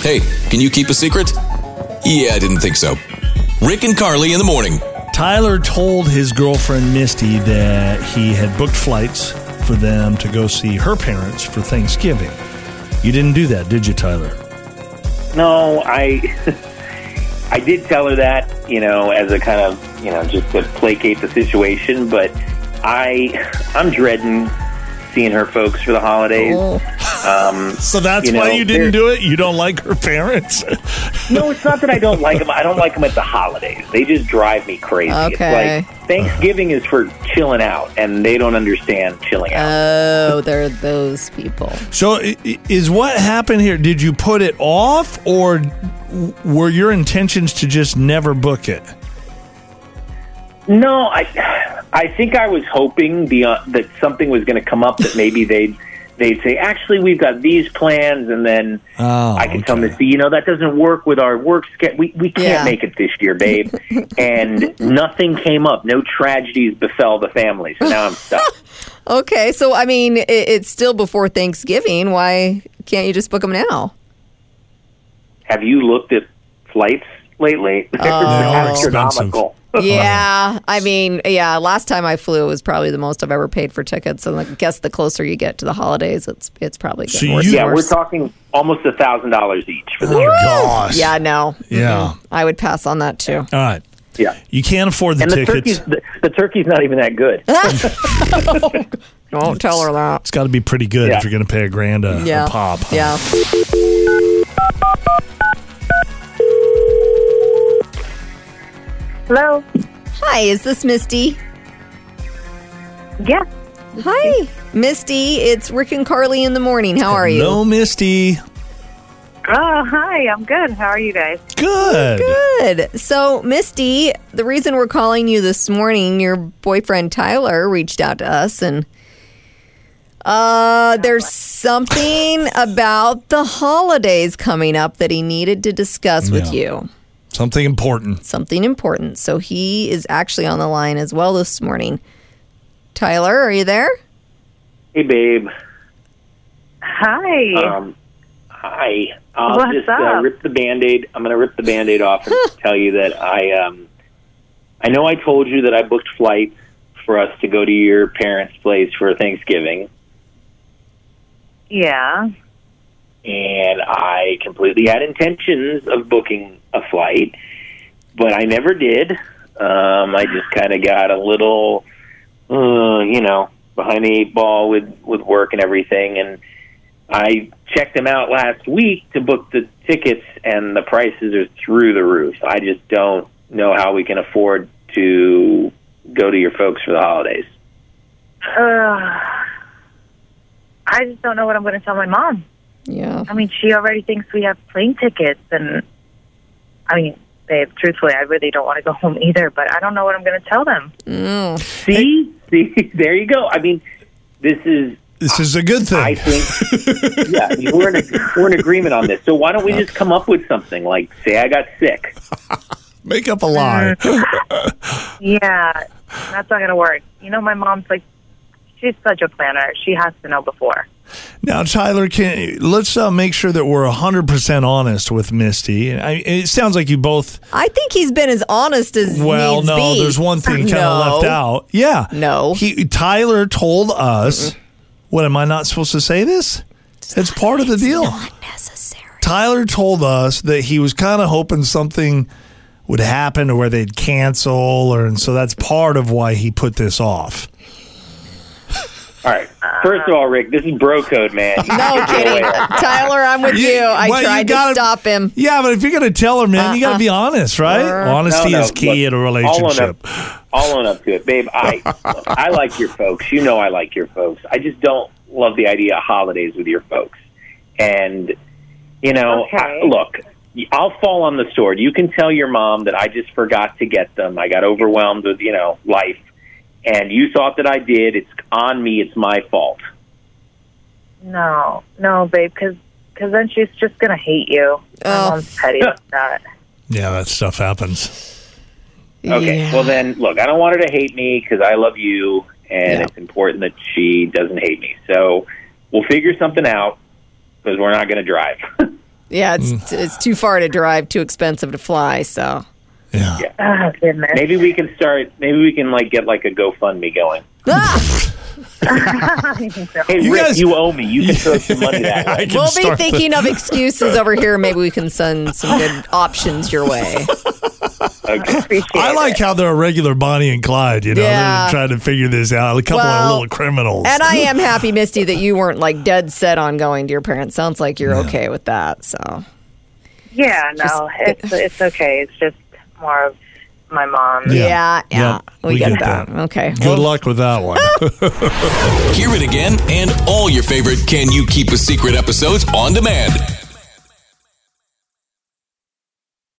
Hey, can you keep a secret? Yeah, I didn't think so. Rick and Carly in the morning. Tyler told his girlfriend Misty that he had booked flights for them to go see her parents for Thanksgiving. You didn't do that, did you, Tyler? No, I I did tell her that, you know, as a kind of, you know, just to placate the situation, but I I'm dreading seeing her folks for the holidays. Oh. Um, So that's You know, why you didn't there- do it? You don't like her parents? no, it's not that I don't like them. I don't like them at the holidays. They just drive me crazy. Okay. It's like Thanksgiving is for chilling out, and they don't understand chilling out. Oh, they're those people. so i- i- is what happened here? Did you put it off or w- were your intentions to just never book it? No, I I think I was hoping beyond, that something was going to come up that maybe they'd they'd say actually we've got these plans and then Oh, I could tell them to see you know that doesn't work with our work schedule we we can't Yeah. make it this year babe and nothing came up no tragedies befell the family so now I'm stuck Okay, so I mean, it, it's still before Thanksgiving. Why can't you just book them now? have you looked at flights lately They're are astronomical Yeah, I mean, yeah. Last time I flew was probably the most I've ever paid for tickets, and I guess the closer you get to the holidays, it's it's probably So getting worse. you- and yeah we're worse. talking almost a thousand dollars each for Oh, the gosh. Yeah, no. Yeah. I would pass on that too. All right. yeah You can't afford the and the tickets. turkey's the, the turkey's not even that good Don't tell her that. It's got to be pretty good Yeah. if you're going to pay a grand a, a Yeah. pop. Yeah. Hello. Hi, is this Misty? Yeah. Hi, Misty. It's Rick and Carly in the morning. How are you? Hello, Misty. Oh, hi. I'm good. How are you guys? Good. Good. So, Misty, the reason we're calling you this morning, your boyfriend Tyler reached out to us and uh there's something about the holidays coming up that he needed to discuss with Yeah. you. Something important. Something important. So, he is actually on the line as well this morning. Tyler, are you there? hey babe Hi. Um, hi. I'll What's just Uh, up? rip the band-aid. I'm going to rip the band-aid off and tell you that I um I know I told you that I booked flights for us to go to your parents' place for Thanksgiving yeah. and I completely had intentions of booking a flight, but I never did. Um I just kind of got a little uh, you know, behind the eight ball with with work and everything and I checked them out last week to book the tickets, and the prices are through the roof. I just don't know how we can afford to go to your folks for the holidays. Uh, I just don't know what I'm going to tell my mom. Yeah. I mean, she already thinks we have plane tickets, and I mean, babe, truthfully, I really don't want to go home either. But I don't know what I'm going to tell them. See, see, there you go. I mean, this is. This is a good thing. I think, yeah, we're in a, we're in agreement on this. So why don't we just come up with something like, say, I got sick. Make up a lie. Yeah, that's not going to work. You know, my mom's like, she's such a planner. She has to know before. Now, Tyler, can let's uh, make sure that we're hundred percent honest with Misty. I, it sounds like you both. I think he's been as honest as Well, needs no, be. there's one thing kind of No. left out. Yeah, No. He Tyler told us. What am I not supposed to say? This it's, part of the deal. Necessary. Tyler told us that he was kind of hoping something would happen to where they'd cancel, or and so that's part of why he put this off. All right. First of all, Rick, this is bro code, man. No kidding. Tyler, I'm with you. I well, you tried gotta- to stop him. Uh-uh. Uh-huh. Yeah, but if you're gonna tell her, man, you gotta be honest, right? Honesty No, no, is key in look, a I'll own relationship. up, I'll own up to it, babe. I look, I like your folks. You know, I like your folks. I just don't love the idea of holidays with your folks. And you know, I, Okay. look, I'll fall on the sword. You can tell your mom that I just forgot to get them. I got overwhelmed with you know life, and you thought that I did. It's on me. It's my fault. No, no, babe, because cause then she's just going to hate you. Oh. My mom's petty like that. Yeah, that stuff happens. Okay. Yeah. Well, then, look, I don't want her to hate me because I love you, and Yeah. it's important that she doesn't hate me. So we'll figure something out because we're not going to drive. Yeah, Mm. it's it's too far to drive, too expensive to fly. So Yeah. Oh, goodness. Maybe we can start. Maybe we can like get like a GoFundMe going. Ah, Hey, You Rick, guys- you owe me. You can throw some money that way. can we'll be start the- thinking of excuses over here. Maybe we can send some good options your way. Okay. appreciate I like it. how they're a regular Bonnie and Clyde, you know, Yeah. they're trying to figure this out. A couple Well, of little criminals. And I am happy, Misty, that you weren't like dead set on going to your parents. Sounds like you're okay with that. So Yeah, no, it's it's okay. It's just more of my mom. Yeah. yeah, yeah, Yep. we, get, that. Okay. Good luck with that one. Hear it again and all your favorite Can You Keep a Secret episodes on demand